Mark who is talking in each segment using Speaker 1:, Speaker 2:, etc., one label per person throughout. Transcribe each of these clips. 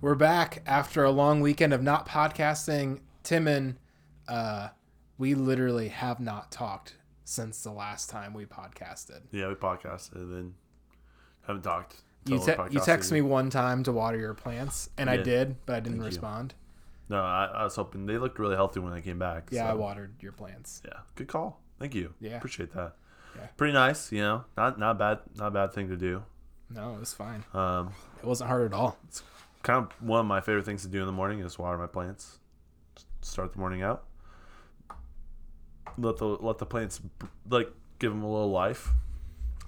Speaker 1: We're back after a long weekend of not podcasting. Tim and uh, we literally have not talked since the last time we podcasted.
Speaker 2: Yeah, we podcasted and then haven't talked.
Speaker 1: You, te-
Speaker 2: till
Speaker 1: you
Speaker 2: podcasting.
Speaker 1: texted me one time to water your plants, and I
Speaker 2: Yeah.
Speaker 1: did, but I didn't
Speaker 2: Thank you.
Speaker 1: respond.
Speaker 2: No, I, I was hoping they looked really healthy when they came back.
Speaker 1: Yeah, I
Speaker 2: so,
Speaker 1: watered your plants.
Speaker 2: Yeah, good call. Thank you.
Speaker 1: Yeah.
Speaker 2: appreciate that.
Speaker 1: Yeah.
Speaker 2: Pretty nice, you know. Not not bad, not a bad thing to do.
Speaker 1: No, it was fine.
Speaker 2: Um,
Speaker 1: It wasn't hard at all.
Speaker 2: kind of one of my favorite things to do in the morning is water my plants. Start the morning out. Let the let the plants like give them a little life.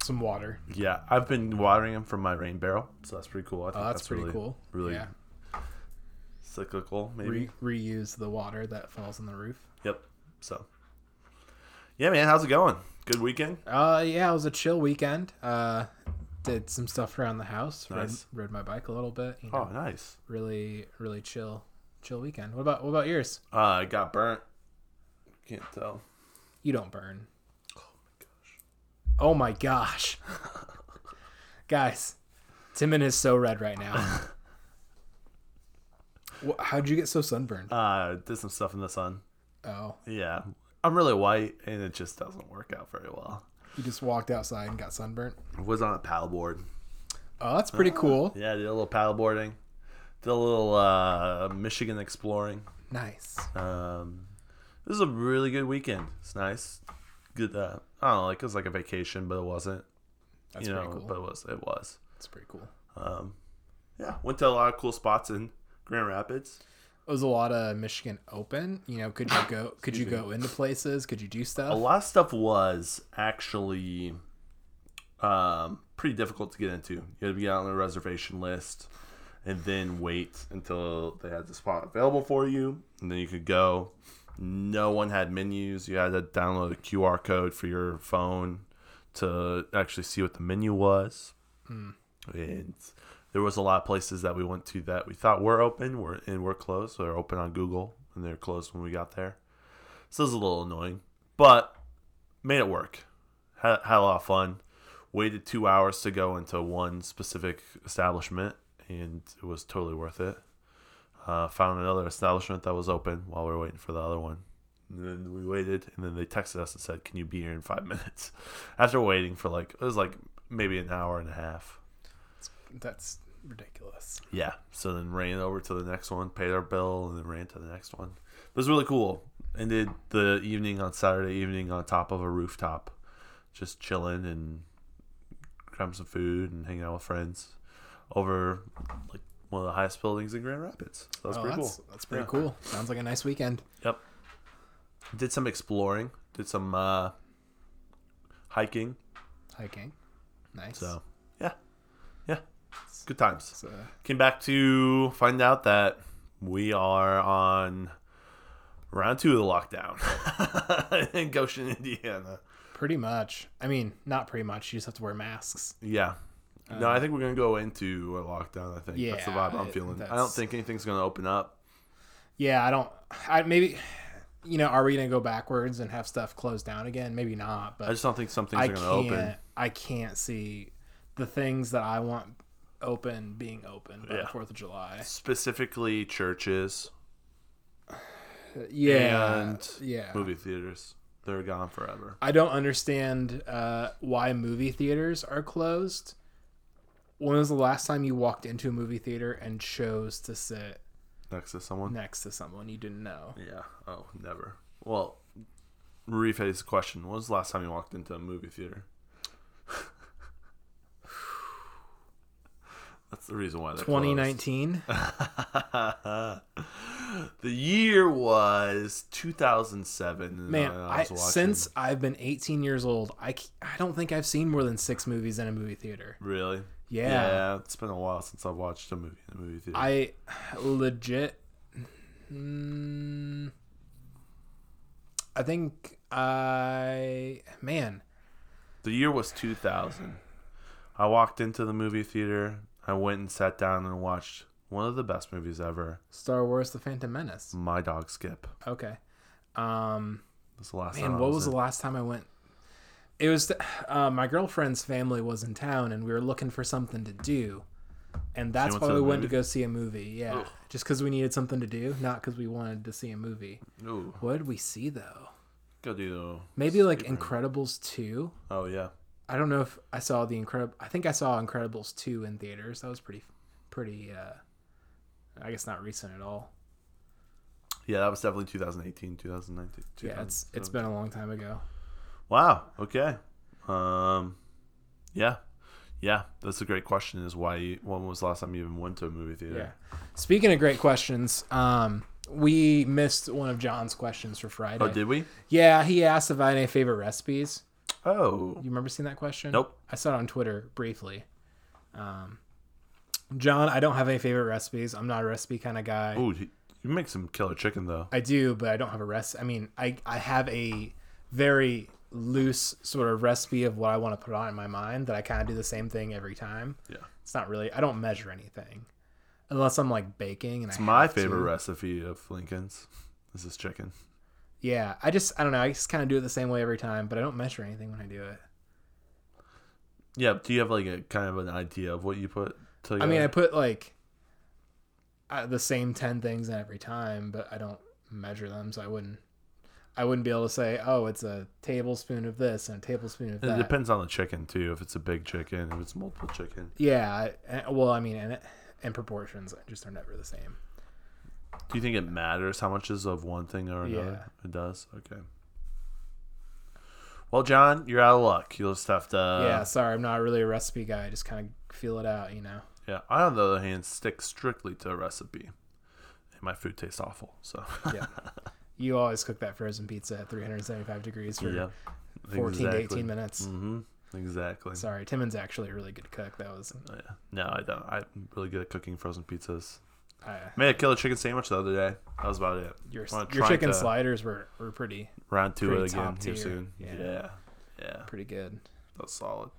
Speaker 1: Some water. Oh,
Speaker 2: Yeah, I've been watering them from my rain barrel, so that's pretty cool. I think
Speaker 1: Oh, that's, pretty
Speaker 2: really,
Speaker 1: cool.
Speaker 2: Really
Speaker 1: yeah.
Speaker 2: cyclical, maybe.
Speaker 1: Re- reuse the water that falls on the roof.
Speaker 2: Yep. So, yeah, man, how's it going? Good weekend.
Speaker 1: Uh, yeah, it was a chill weekend. Uh, did some stuff around the house.
Speaker 2: Nice.
Speaker 1: Rode, rode my bike a little bit. You know,
Speaker 2: Oh, nice.
Speaker 1: really, really chill, chill weekend. What about what about yours?
Speaker 2: Uh, I got burnt. Can't tell.
Speaker 1: You don't burn. Oh my gosh. Oh my gosh. Guys, Timon is so red right now. Wha- How'd you get so sunburned?
Speaker 2: Uh, did some stuff in the sun.
Speaker 1: Oh,
Speaker 2: Yeah, I'm really white, and it just doesn't work out very well.
Speaker 1: you just walked outside and got sunburnt.
Speaker 2: I was on a paddleboard.
Speaker 1: Oh, that's pretty cool.
Speaker 2: Yeah, I did a little paddleboarding. Did a little uh, Michigan exploring.
Speaker 1: Nice.
Speaker 2: Um, this is a really good weekend. It's nice. Good. Uh, I don't know. Like it was like a vacation, but it wasn't.
Speaker 1: That's
Speaker 2: you know,
Speaker 1: pretty cool.
Speaker 2: but it was. It was.
Speaker 1: That's pretty cool.
Speaker 2: Um, yeah, went to a lot of cool spots in Grand Rapids.
Speaker 1: It was a lot of Michigan Open. You know, could you go? Could you
Speaker 2: Excuse
Speaker 1: go into places? Could you do
Speaker 2: A
Speaker 1: stuff?
Speaker 2: lot of stuff was actually um, pretty difficult to get into. You had to be on the reservation list and then wait until they had the spot available for you, and then you could go. No one had menus. You had to download a QR code for your phone to actually see what the menu was. and there was a lot of places that we went to that we thought were open were and were closed. So they're open on Google and they're closed when we got there. So it was a little annoying, but made it work. Had, had a lot of fun. Waited two hours to go into one specific establishment, and it was totally worth it. Uh, found another establishment that was open while we were waiting for the other one. And then we waited, and then they texted us and said, "Can you be here in five minutes?" After waiting for like it was like maybe an hour and a half.
Speaker 1: That's ridiculous.
Speaker 2: Yeah. So then ran over to the next one, paid our bill, and then ran to the next one. It was really cool. Ended the evening on Saturday evening on top of a rooftop, just chilling and grabbing some food and hanging out with friends over like one of the highest buildings in Grand Rapids. So that's
Speaker 1: Oh,
Speaker 2: pretty
Speaker 1: that's,
Speaker 2: cool.
Speaker 1: That's pretty
Speaker 2: Yeah.
Speaker 1: cool. Sounds like a nice weekend.
Speaker 2: Yep. Did some exploring. Did some uh, hiking.
Speaker 1: Hiking, nice.
Speaker 2: So yeah, yeah, good times.
Speaker 1: So,
Speaker 2: came back to find out that we are on round two of the lockdown in Goshen, Indiana.
Speaker 1: pretty much. I mean, not pretty much. You just have to wear masks.
Speaker 2: Yeah. No, I think we're gonna go into a lockdown. I think that's the
Speaker 1: Um, Yeah,
Speaker 2: vibe I'm
Speaker 1: it-
Speaker 2: feeling. I don't
Speaker 1: that's-
Speaker 2: think anything's gonna open up.
Speaker 1: Yeah, I don't. I maybe. You know, are we gonna go backwards and have stuff closed down again? Maybe not. But
Speaker 2: I just don't think some things
Speaker 1: I
Speaker 2: are
Speaker 1: can't.
Speaker 2: gonna open.
Speaker 1: I can't see the things that I want open being open by the
Speaker 2: Yeah.
Speaker 1: Fourth of July.
Speaker 2: Specifically, churches
Speaker 1: Yeah,
Speaker 2: and
Speaker 1: yeah.
Speaker 2: movie theaters. They're gone forever.
Speaker 1: I don't understand uh, why movie theaters are closed. When was the last time you walked into a movie theater and chose to sit
Speaker 2: Next to someone.
Speaker 1: next to someone you didn't know?
Speaker 2: Yeah. Oh, never. Well, rephrase the question. When was the last time you walked into a movie theater? That's the reason why they're closed.
Speaker 1: 2019.
Speaker 2: the year was 2007. and
Speaker 1: Man,
Speaker 2: I
Speaker 1: I,
Speaker 2: was watching-
Speaker 1: since I've been 18 years old, I, c- I don't think I've seen more than six movies in a movie theater.
Speaker 2: Really?
Speaker 1: Yeah.
Speaker 2: It's been a while since I've watched a movie in a movie theater.
Speaker 1: I legit. Mm, I think I. Man.
Speaker 2: The year was 2000. I walked into the movie theater. I went and sat down and watched one of the best movies ever,
Speaker 1: Star Wars The Phantom Menace.
Speaker 2: My Dog Skip.
Speaker 1: Okay. Um
Speaker 2: That's the last time.
Speaker 1: and
Speaker 2: I
Speaker 1: what was
Speaker 2: in.
Speaker 1: the last time I went? It was uh, my girlfriend's family was in town and we were looking for something to do. and that's
Speaker 2: went
Speaker 1: why
Speaker 2: to
Speaker 1: we
Speaker 2: the
Speaker 1: went to
Speaker 2: movie?
Speaker 1: go see a movie. Yeah,
Speaker 2: Ugh.
Speaker 1: just because we needed something to do, not because we wanted to see a movie.
Speaker 2: Ooh,
Speaker 1: What did we see though?
Speaker 2: go do.
Speaker 1: Maybe like
Speaker 2: Sleeper.
Speaker 1: Incredibles two.
Speaker 2: Oh yeah,
Speaker 1: I don't know if I saw the Incredible. I think I saw Incredibles two in theaters. That was pretty, pretty. uh I guess not recent at all.
Speaker 2: yeah. That was definitely 2018, 2019.
Speaker 1: Yeah, it's it's been a long time ago.
Speaker 2: Wow. Okay. Um, yeah, yeah. That's a great question. Is why you, when was the last time you even went to a movie
Speaker 1: Yeah.
Speaker 2: theater?
Speaker 1: Speaking of great questions, um, we missed one of John's questions for Friday.
Speaker 2: Oh, did we?
Speaker 1: Yeah, he asked if I had any favorite recipes.
Speaker 2: Oh,
Speaker 1: You remember seeing that question?
Speaker 2: Nope.
Speaker 1: I saw it on Twitter briefly. Um, John, I don't have any favorite recipes. I'm not a recipe kind of guy.
Speaker 2: ooh, you you make some killer chicken though.
Speaker 1: I do, but I don't have a rest. I mean, I I have a very loose sort of recipe of what I want to put on in my mind that I kind of do the same thing every time.
Speaker 2: Yeah.
Speaker 1: It's not really. I don't measure anything, unless I'm like baking. And
Speaker 2: It's
Speaker 1: I
Speaker 2: my
Speaker 1: have to.
Speaker 2: favorite recipe of Lincoln's. This is chicken.
Speaker 1: Yeah, I just I don't know. I just kind of do it the same way every time, but I don't measure anything when I do it.
Speaker 2: Yeah. but Do you have like a kind of an idea of what you put? Together?
Speaker 1: I mean, I put like uh, the same ten things in every time, but I don't measure them, so I wouldn't. I wouldn't be able to say, "Oh, it's a tablespoon of this and a tablespoon of
Speaker 2: It
Speaker 1: that."
Speaker 2: depends on the chicken too. If it's a big chicken, if it's multiple chicken.
Speaker 1: Yeah, I- and- well, I mean, and, and proportions just are never the same.
Speaker 2: Do you think it matters how much is of one thing or another? It does. Okay. Well, John, you're out of luck. You'll just have to.
Speaker 1: yeah, sorry, I'm not really a recipe guy. I just kind of feel it out, you know.
Speaker 2: Yeah. I, on the other hand, stick strictly to a recipe. And my food tastes awful. So.
Speaker 1: Yeah. you always cook that frozen pizza at 375 degrees for 14 to 18 minutes.
Speaker 2: hmm Exactly.
Speaker 1: Sorry, Timon's actually a really good cook. That was
Speaker 2: Yeah. No, I don't. I'm really good at cooking frozen pizzas.
Speaker 1: uh,
Speaker 2: Made a killer chicken sandwich the other day. That was about it.
Speaker 1: your
Speaker 2: Well,
Speaker 1: your
Speaker 2: trying
Speaker 1: chicken
Speaker 2: to-
Speaker 1: sliders were, were pretty
Speaker 2: Round two
Speaker 1: Pretty
Speaker 2: it again
Speaker 1: top
Speaker 2: here
Speaker 1: tier.
Speaker 2: soon.
Speaker 1: Yeah.
Speaker 2: yeah. Yeah.
Speaker 1: pretty good.
Speaker 2: That's solid.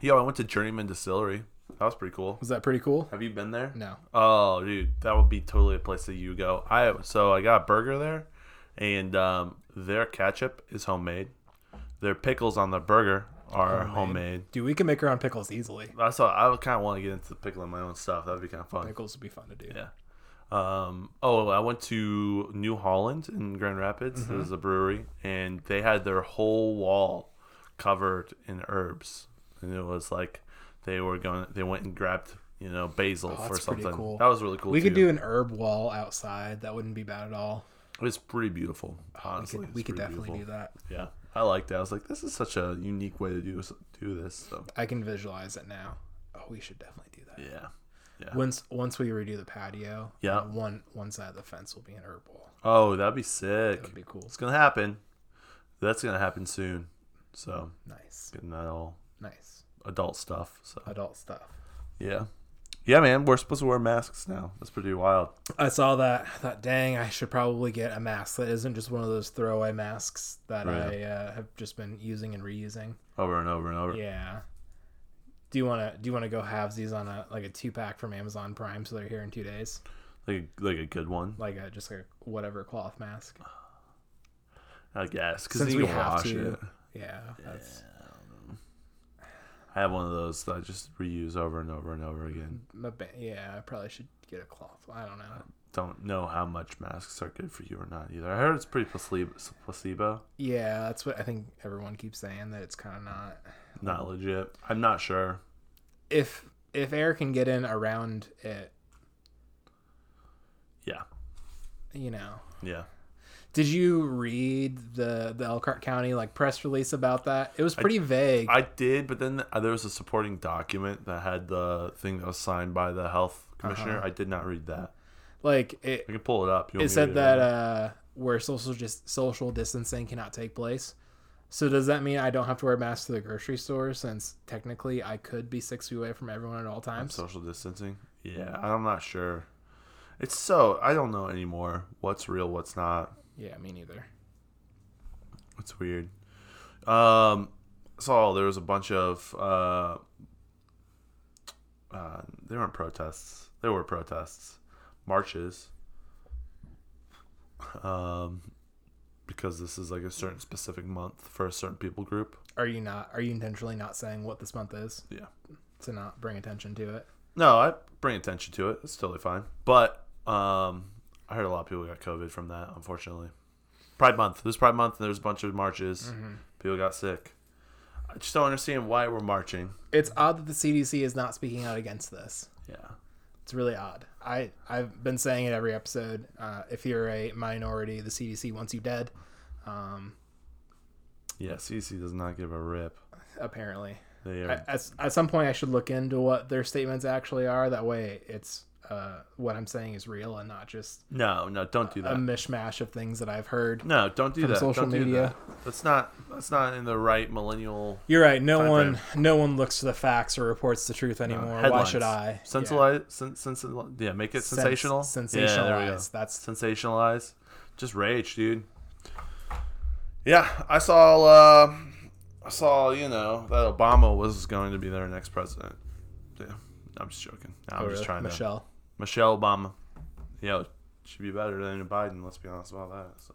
Speaker 2: Yo, I went to Journeyman Distillery. That was pretty cool.
Speaker 1: Was that pretty cool?
Speaker 2: Have you been there?
Speaker 1: No.
Speaker 2: Oh, dude, that would be totally a place that you go. I so I got a burger there, and um, their ketchup is homemade. Their pickles on the burger are homemade.
Speaker 1: Dude, we can make our own pickles easily.
Speaker 2: I saw. I kind of want to get into pickling my own stuff. That'd be kind of fun.
Speaker 1: Pickles would be fun to do.
Speaker 2: Yeah. Um, oh, I went to New Holland in Grand Rapids.
Speaker 1: Mm-hmm.
Speaker 2: There's a brewery, and they had their whole wall covered in herbs, and it was like they were going. They went and grabbed you know basil for
Speaker 1: Oh, that's pretty
Speaker 2: something.
Speaker 1: cool.
Speaker 2: That was really cool.
Speaker 1: We could
Speaker 2: too.
Speaker 1: do an herb wall outside. That wouldn't be bad at all.
Speaker 2: It was pretty beautiful. Honestly,
Speaker 1: We could, we could definitely do that.
Speaker 2: do. Yeah, I liked it. I was like, this is such a unique way to do do this. So
Speaker 1: I can visualize it now. Oh, we should definitely do that.
Speaker 2: yeah, yeah.
Speaker 1: Once once we redo the patio, uh,
Speaker 2: Yeah.
Speaker 1: one one side of the fence will be an herb wall.
Speaker 2: Oh, that'd be sick.
Speaker 1: That'd be cool.
Speaker 2: It's gonna happen. That's gonna happen soon. So
Speaker 1: Nice,
Speaker 2: getting that all
Speaker 1: nice
Speaker 2: adult stuff. So
Speaker 1: adult stuff.
Speaker 2: yeah, yeah, man. We're supposed to wear masks now. That's pretty wild.
Speaker 1: I saw that. I thought, dang, I should probably get a mask that isn't just one of those throwaway masks that I
Speaker 2: Right.
Speaker 1: uh, have just been using and reusing.
Speaker 2: Over and over and over.
Speaker 1: Yeah. Do you want to do you want to go halvesies on a like a two pack from Amazon Prime so they're here in two days?
Speaker 2: Like like a good one,
Speaker 1: Like a just like a whatever cloth mask.
Speaker 2: I guess. Because
Speaker 1: Since
Speaker 2: you
Speaker 1: we
Speaker 2: can
Speaker 1: have
Speaker 2: wash
Speaker 1: to.
Speaker 2: it.
Speaker 1: Yeah, that's
Speaker 2: I have one of those that I just reuse over and over and over again.
Speaker 1: my ba- yeah. I probably should get a cloth. I don't know.
Speaker 2: Don't know how much masks are good for you or not either. I heard it's pretty placebo. placebo.
Speaker 1: Yeah, that's what I think everyone keeps saying that it's kind of not. Mm-hmm.
Speaker 2: Not legit. I'm not sure.
Speaker 1: If if air can get in around it,
Speaker 2: Yeah.
Speaker 1: you know.
Speaker 2: Yeah.
Speaker 1: Did you read the the Elkhart County like press release about that? It was pretty vague.
Speaker 2: I did, but then uh, there was a supporting document that had the thing that was signed by the health commissioner. I did not read that.
Speaker 1: like it
Speaker 2: I can pull it up. You
Speaker 1: Uh-huh.
Speaker 2: want me
Speaker 1: it
Speaker 2: to
Speaker 1: said
Speaker 2: read
Speaker 1: that uh where social just social distancing cannot take place. So does that mean I don't have to wear a mask to the grocery store since technically I could be six feet away from everyone at all times?
Speaker 2: social distancing. Yeah,
Speaker 1: Mm-hmm.
Speaker 2: I'm not sure. It's so I don't know anymore what's real, what's not.
Speaker 1: yeah, me neither.
Speaker 2: It's weird. Um, saw there was a bunch of uh, uh, they weren't protests. There were protests, marches. Um, because this is like a certain specific month for a certain people group.
Speaker 1: Are you not? Are you intentionally not saying what this month is
Speaker 2: Yeah.
Speaker 1: to not bring attention to it?
Speaker 2: No, I bring attention to it. It's totally fine. But um, I heard a lot of people got COVID from that, unfortunately. Pride Month. This Pride Month, and there's a bunch of marches. People got sick. I just don't understand why we're marching.
Speaker 1: It's odd that the CDC is not speaking out against this.
Speaker 2: Yeah.
Speaker 1: It's really odd. I I've been saying it every episode. Uh, if you're a minority, the CDC wants you dead. Um,
Speaker 2: Yeah, CC does not give a rip.
Speaker 1: apparently,
Speaker 2: They are,
Speaker 1: I, at, at some point, I should look into what their statements actually are. That way, it's uh, what I'm saying is real and not just
Speaker 2: no, no, don't do
Speaker 1: a
Speaker 2: that.
Speaker 1: mishmash of things that I've heard.
Speaker 2: no, don't do that.
Speaker 1: Um, social
Speaker 2: don't do
Speaker 1: media.
Speaker 2: that. That's not that's not in the right millennial
Speaker 1: You're right. No
Speaker 2: Time
Speaker 1: one, no one looks to the facts or reports the truth anymore. Why should I? Yeah.
Speaker 2: Sensalize, sen- sensa- yeah, make it
Speaker 1: Sens-
Speaker 2: sensational. Yeah, there we go.
Speaker 1: sensationalize. That's-
Speaker 2: sensationalize. Just rage, dude. Yeah, I saw. Uh, I saw. You know that Obama was going to be their next president. Yeah, I'm just joking. No, I'm
Speaker 1: Oh,
Speaker 2: just
Speaker 1: really?
Speaker 2: trying to
Speaker 1: Michelle.
Speaker 2: Michelle Obama. Yeah, should be better than Biden. Let's be honest about that. So.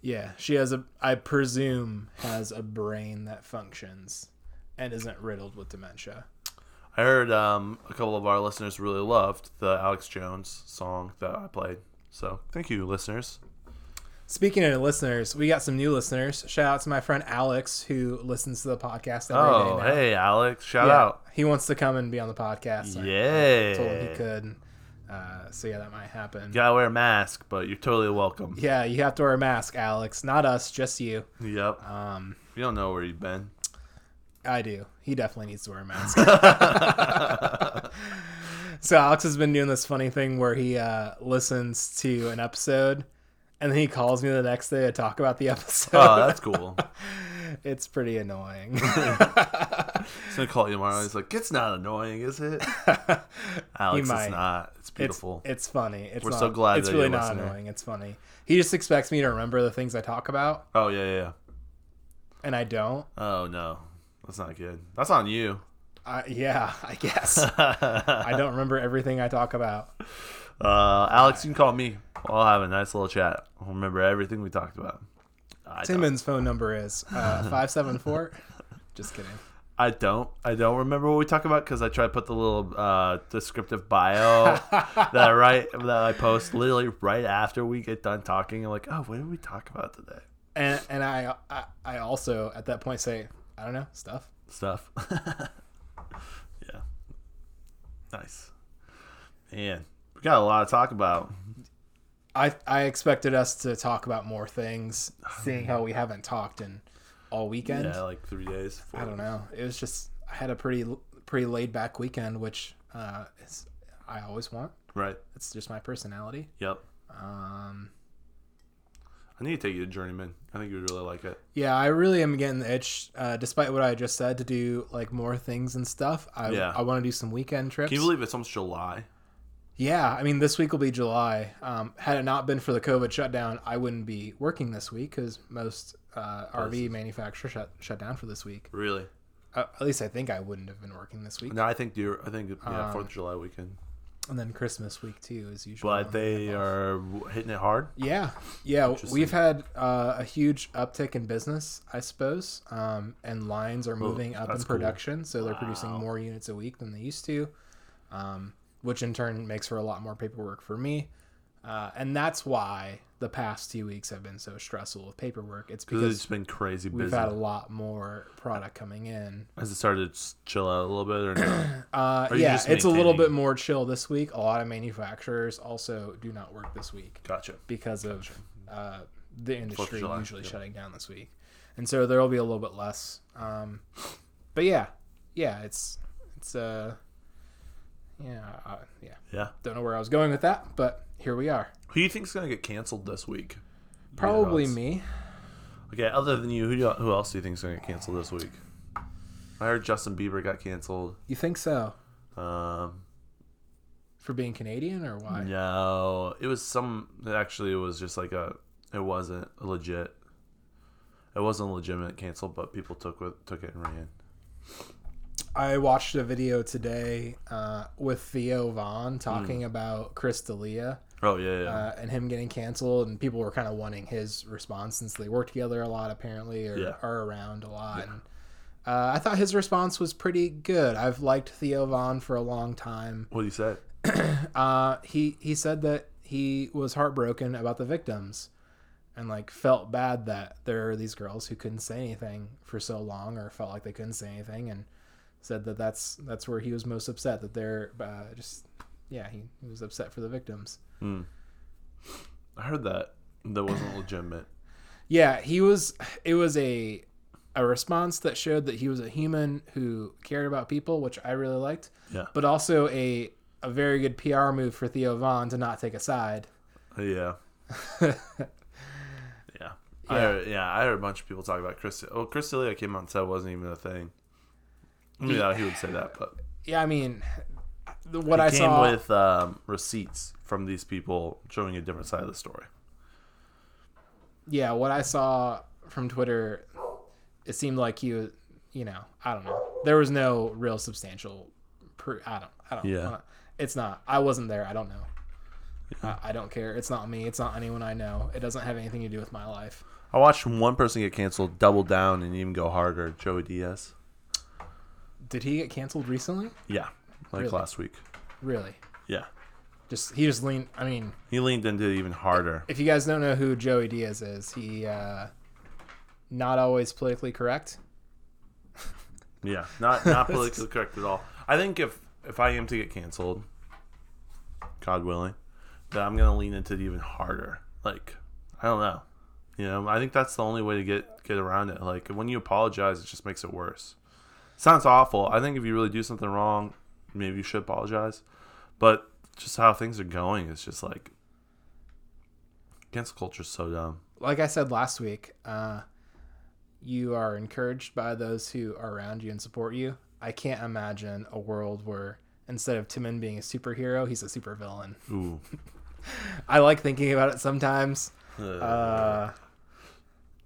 Speaker 1: Yeah, she has a, I presume, has a brain that functions and isn't riddled with dementia.
Speaker 2: I heard um, a couple of our listeners really loved the Alex Jones song that I played. So thank you, listeners.
Speaker 1: Speaking of listeners, we got some new listeners. Shout out to my friend Alex who listens to the podcast every day.
Speaker 2: Oh,
Speaker 1: now.
Speaker 2: hey, Alex! Shout
Speaker 1: Yeah,
Speaker 2: out.
Speaker 1: He wants to come and be on the podcast. I
Speaker 2: Yeah.
Speaker 1: told him he could. Uh, so yeah, that might happen.
Speaker 2: You gotta wear a mask, but you're totally welcome.
Speaker 1: Yeah, you have to wear a mask, Alex. Not us, just you.
Speaker 2: Yep.
Speaker 1: Um,
Speaker 2: You don't know where you've been.
Speaker 1: I do. He definitely needs to wear a mask.
Speaker 2: Oh,
Speaker 1: so Alex has been doing this funny thing where he uh, listens to an episode, and then he calls me the next day to talk about the episode.
Speaker 2: Oh, that's cool.
Speaker 1: it's pretty annoying.
Speaker 2: He's gonna call you tomorrow. He's like, it's not annoying, is it? Alex,
Speaker 1: might.
Speaker 2: it's not. It's
Speaker 1: it's,
Speaker 2: beautiful.
Speaker 1: it's funny. It's
Speaker 2: We're
Speaker 1: not-
Speaker 2: so glad
Speaker 1: It's
Speaker 2: that
Speaker 1: really
Speaker 2: you're
Speaker 1: not
Speaker 2: listening.
Speaker 1: annoying. It's funny. He just expects me to remember the things I talk about,
Speaker 2: oh yeah, yeah, yeah.
Speaker 1: and I don't.
Speaker 2: Oh no, that's not good. That's on you.
Speaker 1: I, yeah, I guess
Speaker 2: uh,
Speaker 1: I don't remember everything I talk about.
Speaker 2: Alex, you can call me. I'll have a nice little chat. I'll remember everything we talked about. I don't,
Speaker 1: Timmons' phone number is uh, five seven four. Just kidding.
Speaker 2: I don't. I don't remember what we talk about because I try to put the little uh, descriptive bio that I write that I post literally right after we get done talking. I'm like, oh, what did we talk about today?
Speaker 1: and and I, I I also at that point say I don't know stuff.
Speaker 2: stuff. yeah. Nice. Man, we got a lot to talk about.
Speaker 1: I I expected us to talk about more things, seeing how we haven't talked in all weekend.
Speaker 2: yeah, like three days. Four.
Speaker 1: I don't know. It was just I had a pretty pretty laid back weekend, which uh, is I always want.
Speaker 2: Right.
Speaker 1: It's just my personality.
Speaker 2: Yep.
Speaker 1: Um,
Speaker 2: I need to take you to Journeyman. I think you would really like it.
Speaker 1: yeah, I really am getting the itch, uh, despite what I just said, to do like more things and stuff. I
Speaker 2: Yeah.
Speaker 1: I want to do some weekend trips.
Speaker 2: Can you believe it's almost July?
Speaker 1: Yeah, I mean, this week will be July. Um, had it not been for the COVID shutdown, I wouldn't be working this week because most uh, RV manufacturers shut, shut down for this week.
Speaker 2: Really?
Speaker 1: Uh, at least I think I wouldn't have been working this week.
Speaker 2: No, I think you I think
Speaker 1: Uh,
Speaker 2: yeah, Fourth of July weekend.
Speaker 1: oh, And then Christmas week too, as usual.
Speaker 2: But they are hitting it hard.
Speaker 1: Yeah, yeah. We've had uh, a huge uptick in business, I suppose, um, and lines are moving up in
Speaker 2: that's cool.
Speaker 1: production, so they're producing more units a week than they used to, um, which in turn makes for a lot more paperwork for me, uh, and that's why the past two weeks have been so stressful with paperwork. It's
Speaker 2: It's
Speaker 1: because
Speaker 2: been crazy
Speaker 1: we've
Speaker 2: busy.
Speaker 1: had a lot more product coming in.
Speaker 2: Has it started to chill out a little bit or no?
Speaker 1: Uh,
Speaker 2: Or you're
Speaker 1: yeah,
Speaker 2: just
Speaker 1: it's a little
Speaker 2: maintaining-
Speaker 1: bit more chill this week. A lot of manufacturers also do not work this week.
Speaker 2: gotcha.
Speaker 1: because of uh, the industry
Speaker 2: July,
Speaker 1: usually
Speaker 2: yeah.
Speaker 1: shutting down this week, and so there will be a little bit less. Um, but yeah, yeah, it's it's uh, yeah, uh, yeah.
Speaker 2: Yeah.
Speaker 1: Don't know where I was going with that, but here we are.
Speaker 2: Who do you think's gonna get canceled this week?
Speaker 1: Probably
Speaker 2: me.
Speaker 1: me.
Speaker 2: Okay, other than you, who, do, who else do you think is going to get canceled this week? I heard Justin Bieber got canceled.
Speaker 1: You think so?
Speaker 2: Um,
Speaker 1: For being Canadian or why?
Speaker 2: no, it was some. Actually, it was just like a. It wasn't a legit. It wasn't a legitimate cancel, but people took with, took it and ran.
Speaker 1: I watched a video today uh, with Theo Vaughn talking about Chris D'Elia.
Speaker 2: Oh yeah, yeah,
Speaker 1: uh, and him getting canceled, and people were kind of wanting his response since they work together a lot apparently, or
Speaker 2: Yeah.
Speaker 1: are around a lot. And Uh, I thought his response was pretty good. I've liked Theo Vaughn for a long time.
Speaker 2: What do you say?
Speaker 1: Uh, he he said that he was heartbroken about the victims, and like felt bad that there are these girls who couldn't say anything for so long, or felt like they couldn't say anything, and said that that's that's where he was most upset that they're uh, just yeah he, he was upset for the victims.
Speaker 2: I heard that that wasn't legitimate.
Speaker 1: Yeah, he was. It was a a response that showed that he was a human who cared about people, which I really liked.
Speaker 2: Yeah.
Speaker 1: But also a a very good PR move for Theo Vaughn to not take a side.
Speaker 2: Yeah. yeah. I heard, yeah, I heard a bunch of people talk about Chris. Well, Chris D'Elia came out and said it wasn't even a thing. I mean, yeah, he would say that, but
Speaker 1: Yeah, I mean, the- what
Speaker 2: he
Speaker 1: I
Speaker 2: came
Speaker 1: saw.
Speaker 2: with um, receipts from these people showing a different side of the story.
Speaker 1: yeah, what I saw from Twitter, it seemed like he was. You know, I don't know. There was no real substantial. Pr- I don't. I don't.
Speaker 2: Yeah.
Speaker 1: It's not. I wasn't there. I don't know. I, I don't care. It's not me. It's not anyone I know. It doesn't have anything to do with my life.
Speaker 2: I watched one person get canceled, double down, and even go harder. Joey Diaz.
Speaker 1: Did he get canceled recently?
Speaker 2: Yeah, like
Speaker 1: Really?
Speaker 2: last week.
Speaker 1: Really?
Speaker 2: Yeah,
Speaker 1: Just he just leaned. I mean,
Speaker 2: he leaned into it even harder.
Speaker 1: if you guys don't know who Joey Diaz is, he uh, not always politically correct.
Speaker 2: Yeah, not not politically correct at all. I think if if I am to get canceled, God willing, that I'm gonna lean into it even harder. Like I don't know, you know. I think that's the only way to get get around it. Like when you apologize, it just makes it worse. Sounds awful. I think if you really do something wrong, maybe you should apologize. But just how things are going, it's just like cancel culture's so dumb.
Speaker 1: Like I said last week, uh, you are encouraged by those who are around you and support you. I can't imagine a world where instead of Timon being a superhero, he's a supervillain.
Speaker 2: Ooh.
Speaker 1: I like thinking about it sometimes.
Speaker 2: Uh,
Speaker 1: Uh,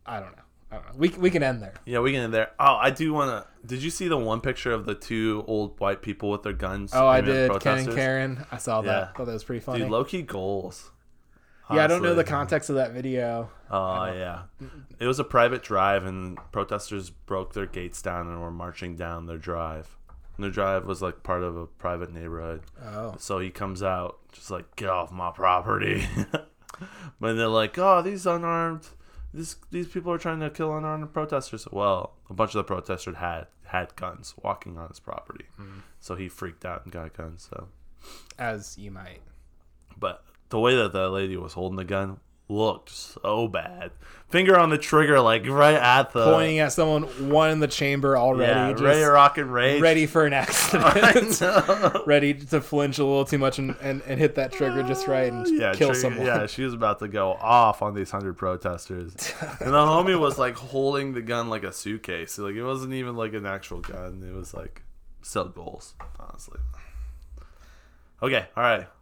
Speaker 1: I don't know. I don't know. We we can end there.
Speaker 2: Yeah, we can end there. Oh, I do want to. Did you see the one picture of the two old white people with their guns?
Speaker 1: Oh, I
Speaker 2: aiming at
Speaker 1: did. Ken and
Speaker 2: protesters?
Speaker 1: Karen. I saw that.
Speaker 2: Yeah.
Speaker 1: Thought that was pretty funny.
Speaker 2: Dude, low key goals.
Speaker 1: yeah, I don't know the
Speaker 2: Honestly.
Speaker 1: context of that video.
Speaker 2: Oh, yeah. It was a private drive, and protesters broke their gates down and were marching down their drive. And their drive was like part of a private neighborhood.
Speaker 1: Oh,
Speaker 2: So he comes out, just like, get off my property. but they're like, oh, these unarmed, this, these people are trying to kill unarmed protesters. Well, a bunch of the protesters had had guns walking on his property,
Speaker 1: Mm-hmm.
Speaker 2: so he freaked out and got guns. So,
Speaker 1: as you might.
Speaker 2: but the way that that lady was holding the gun looked so bad. Finger on the trigger, like right at the
Speaker 1: pointing at someone one in the chamber already,
Speaker 2: Uh, yeah,
Speaker 1: just
Speaker 2: ready
Speaker 1: ready,
Speaker 2: to rock and rage.
Speaker 1: for an accident, ready to flinch a little too much and, and, and hit that trigger just right and
Speaker 2: yeah,
Speaker 1: kill
Speaker 2: trigger-
Speaker 1: someone.
Speaker 2: Yeah, she was about to go off on these hundred protesters, and the homie was like holding the gun like a suitcase. Like it wasn't even like an actual gun. It was like sell goals, honestly. Okay, all right.